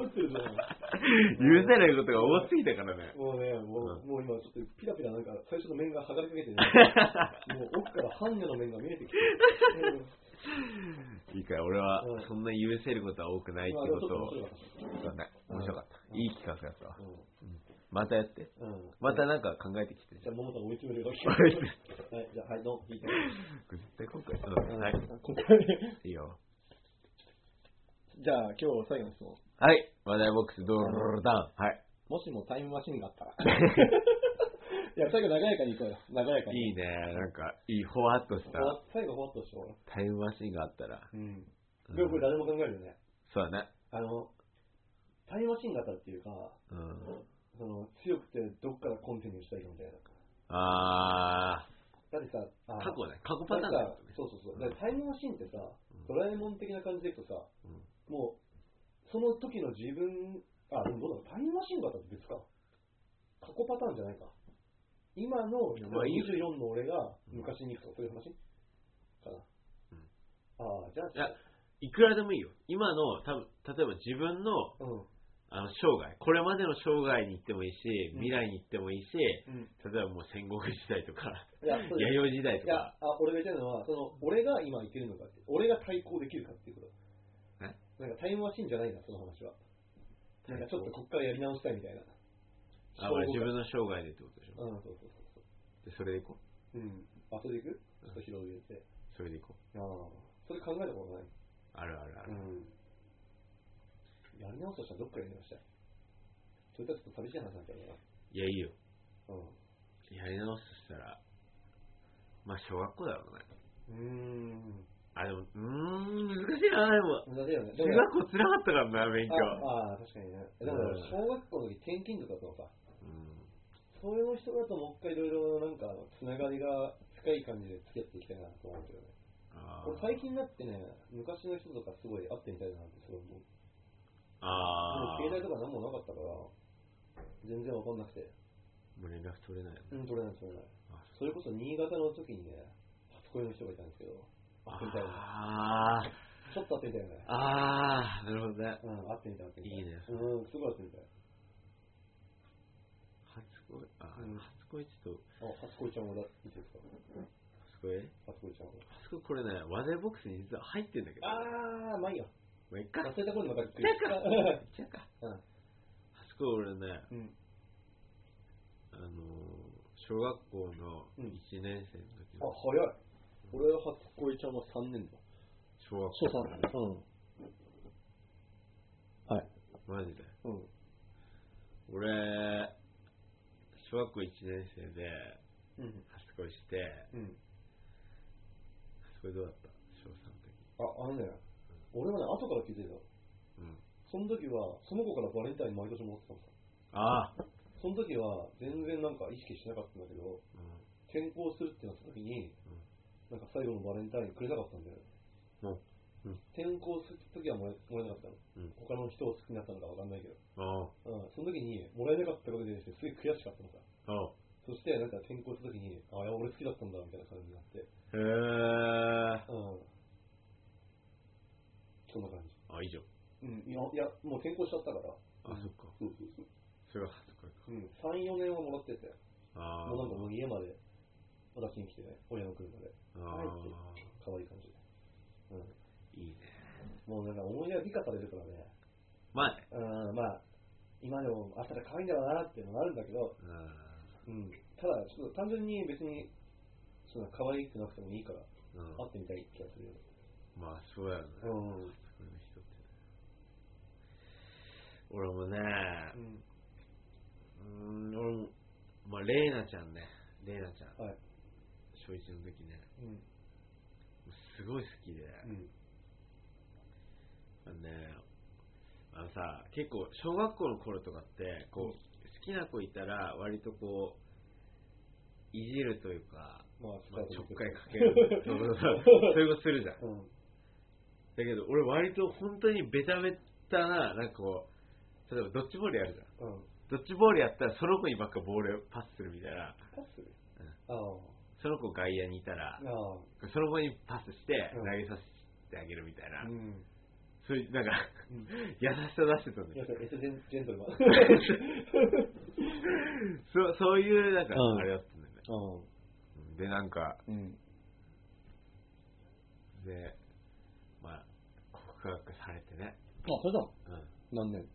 ってるじゃん。せないことが多すぎたからねもうね、もう,、うもう今ちょっとピラピラなんか最初の面が剥がれかけてね、もう奥から半魚の面が見えてきて、うんいいかい、俺はうんそんな許せることは多くないってことをまあでもちょっと面白かそうだね面白かったった。いい企画だったわ。うんまたやって。うん。またなんか考えてきて。じゃあ、ももさん追い詰めるよ。はい、じゃあ、はい、どうも。いいと絶対今回、うん、はい。ここからねいいよ。じゃあ、今日最後の質問。はい。話題ボックス、ドロロロダン。はい。もしもタイムマシンがあったら。いや、最後、長やかに行こうよ。長やかに。いいね。なんか、いい、ほわっとしたあ最後、ほわっとしてもらう。タイムマシンがあったら。うん。でうんもこれ誰も考えるよね。そうだね。あの、タイムマシン型っていうか、うん。その強くてどっからコンティニューしたいかみたいな。あだってさ、ー、あ過去ね。過去パターンだなよんね。かそうそうそんうう。だからタイムマシンってさ、んドラえもん的な感じでいくとさ、もう、その時の自分、あ、でもどうだろう、タイムマシン型って別か。過去パターンじゃないか。今のやまあいいよ24の俺が昔に行くとか、そういう話かな。うんああ、じゃあ、いやいくらでもいいよ。今の、多分例えば自分の、うん。あの、生涯。これまでの生涯に行ってもいいし、うん未来に行ってもいいし、うん。例えばもう戦国時代とか、いや、そうです弥生時代といやか。、あ俺が言いたいのは、その俺が今いけるのかって、俺が対抗できるかっていうこと。えなんかタイムマシンじゃないな、その話は。なんかちょっと対こっからやり直したいみたいな。あ、俺自勝負分の生涯でってことでしょ。感うん、そうそうそうそで、それで行こう。うん。あ、それでいくちょっと広げて。う。それで行こう。ああ。それ考えたことない。あるあるある。ん。やり直すとしたらどっからやり直したいそれとはちょっと寂しい話なんだけどな。いや、いいよ。うん。やり直すとしたら、まあ、小学校だろうね。うーん。あ、でも、うーん、難しいな、でも。だよね。で中学も校辛かったからな、勉強。ああ、確かにね。でもうん、小学校の時転勤とかとさ、うん。それの人だともう一回いろいろなんかつながりが深い感じで付き合っていきたいなと思うけどね。あ俺ー最近になってね、昔の人とかすごい会ってみたいなってすごい思う。もあう携帯とか何もなかったから、全然わかんなくて。ー。もう連絡取れないよね。うん、取れない取れない。あそれこそ新潟の時にね、初恋の人がいたんですけど、会ってみたいあな。ー。ちょっと会ってみたいな。あー、なるほどね。うん、会ってみたい会ってみたい。いいねうん、すごい会ってみたい。初恋、あー、うん初恋ちょっと、あ、初恋ちゃんもだ、いつですか初恋初恋ちゃんも。初恋これね、話題ボックスに実は入ってんだけど。あー、まあいいよ。まあ、いっか。忘いっれたことにまたっくり。ちゃうか。いっちゃうか。うん初恋俺ね、 うん。あのー、小学校のうん1年生の時あ、の、早い。俺は初恋ちゃんは3年だ。小学翔さ校、ん。うん。マジで。うん。俺、小学校1年生でうん。初恋して、うん。初恋どうだった小3の時。あ、あのね、俺はね、後から気づいたの。うん。その時は、その子からバレンタイン毎年もらってたのさ。あー。その時は、全然なんか意識しなかったんだけど、うん転校するってなった時に、うんなんか最後のバレンタインくれなかったんだようね。ん転校する時はもらえもらえなかったの。うん他の人を好きになったのかわかんないけど。あー。うん。その時に、もらえなかったことに対して、すげえ悔しかったのさ。あー。そして、なんか転校した時に、あ、いや、俺好きだったんだ、みたいな感じになって。へー。うん。そんな感じ。あ、以上。うん、いや、いやもう転校しちゃったから。あ、そっか。そうそうそう。それが初恋か。うん、3、4年はもらってて、あもうなんかもう家まで、私に来てね、親の車で、ー。帰あって、可愛い感じで。うー。いいね。ん、もうなんか思い出が美化されるからね、まあね。うん、まあ、今でもあったら可愛いんだろうなっていうのがあるんだけど、ううん、ただ、ちょっと単純に別に、そんな可愛くなくてもいいから、ん。うん会ってみたい気がするよね。まあ、そうやろね。うこん。うん。の人って。俺もね、うーん、俺も、まあ、レイナちゃんね。レイナちゃん。はい小一の時ね、うん。すごい好きで。うん。あのね、あのさ、結構、小学校の頃とかって、こう、好きな子いたら、割とこう、いじるというか、まあ、まあ、ちょっかいかけけ。る。そうそうそうそういうことするじゃん。うん。だけど、俺割と本当にベタベタな、なんかこう、例えばドッジボールやるじゃん。うん。ドッジボールやったらその子にばっかボールパスするみたいな。パスうんああ。その子外野にいたら、あその子にパスしてう投んげさせてあげるみたいなあ。う。ん。そういう、なんか、う優んしさ出してたんだいや、よ。それ S ジェンジェントルマン。 そう、そういう、なんか、うんあれだったんだよね。で、なんか、うん。で、まあ、告白されてね。あ、それだ。うん。何年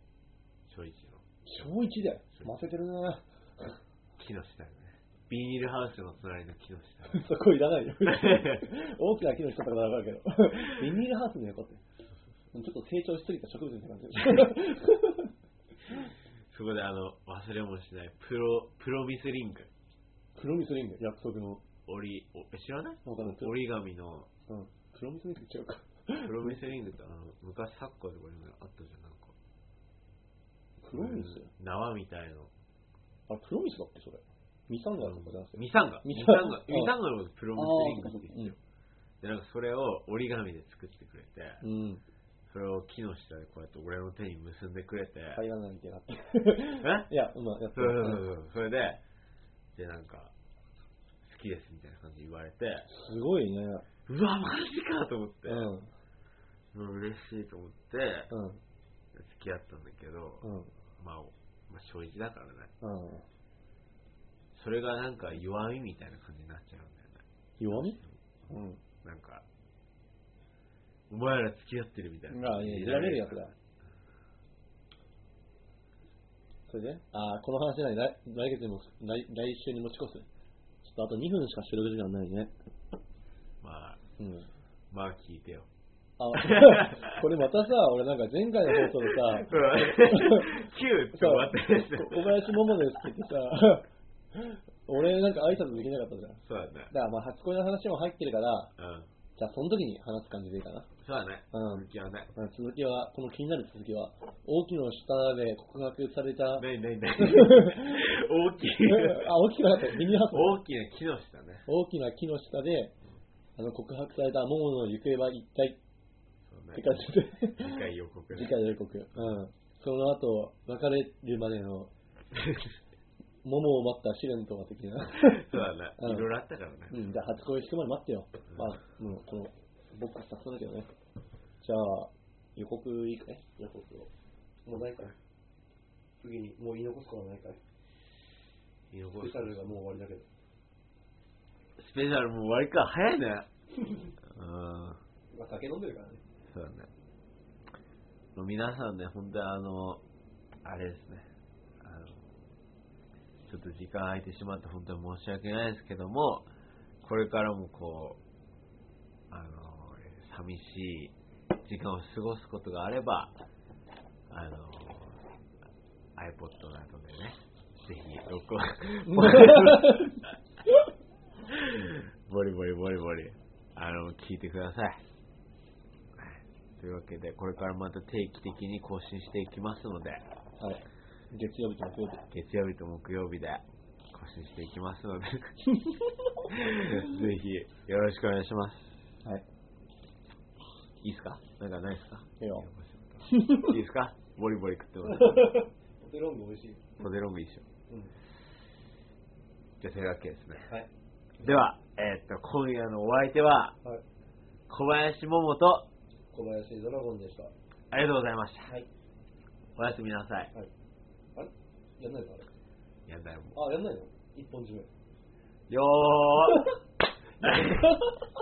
小一の。小1だよ。混ぜてるな木の下ね。ビニールハウスの隣の木の下。そこいらないよ。大きな木の下とかならわかるけど。ビニールハウスの横って。ちょっと成長しすぎた植物みたいな感じ。そこであの、忘れもしない、プロ、プロミスリング。プロミスリング、約束の。折り、おえ知らないわかんない折り紙の、うん。プロミスリング違うか。プロミスリングってあの、昔サッカーとかにもあったじゃん、なんか。プロミスうん縄みたいの。あ、プロミスだってそれ。ミサンガとかじゃなくて。ミサンガ。ミミササンンガガ。うんミサンガのことプロミスリングって言うんですよ。で、なんかそれを折り紙で作ってくれて、うん。それを木の下でこうやって俺の手に結んでくれて、入らないみたいな。えいや、まあ、やってそうそうそうそう。それる。で、で、なんか、好きですみたいな感じで言われて、すごいね。うわ、マジかと思って、うん。もううん。嬉しいと思って、付き合ったんだけど、うん。まあ、まあ、正直だからね。うん。それがなんか弱みみたいな感じになっちゃうんだよね。弱みうん。なんか、お前ら付き合ってるみたいなまあ、感じでいいられるややつだ。それでああ、この話ない。来来月にも、来来週に持ち越す。ちょっとあと2分しか収録時間ないね。まあ、うん。まあ聞いてよ。あ、 これまたさ、俺なんか前回の放送でさ、 キューって終わってるこ小林桃ですって言ってさ、 俺なんか挨拶できなかったじゃん。だそうだね。からまあ初恋の話も入ってるから、うん。じゃあその時に話す感じでいいかな。そうだね。うん続きはね。うん続きは、この気になる続きは、大きの下で告白された、あ、ないない ない。大きい。大きくなかった、ビニールハウスの大きな木の下ね。大きな木の下で、あの告白された桃の行方は一体そうっねて感じで、次 回予告。次回予告。うん。その後、別れるまでの、桃を待った試練とか的な。そうだね。ういんろいろあったからね。うん、じゃあ初恋聞くまで待ってよ。まあ、もうこの、ボックスさすだけどね。じゃあ、予告いいかい予告を。もうないかい次に、もう言い残すことはないかいいいのスペシャルがもう終わりだけど。スペシャルもう終わりか。早 いね。うん。まあ、酒飲んでるからね。そうだね。皆さんね、本当にあの、あれですね。あの、ちょっと時間空いてしまって本当に申し訳ないですけども、これからもこう、あの、寂しい時間を過ごすことがあれば、あの、iPod などでね、ぜひ 録音、ボリボリボリボリ、あの、聞いてください。というわけで、これからまた定期的に更新していきますので、はい。月曜日と木曜日。月曜日と木曜日で更新していきま すので、ぜひよろしくお願いします。はい。いいですかなんかないですかいいよいいですかボリボリ食ってます。ポテロング美味しい。ポテロングいいっしょ。うん。じゃあ、そういうわけですね。はい。では、えーっと、今夜のお相手は、はい。小林桃と、小林ドラゴンでした。ありがとうございました。はい。おやすみなさい。あれやんないのあれやんだよ、もう。あ、やんないの一本締め。よー Yeah.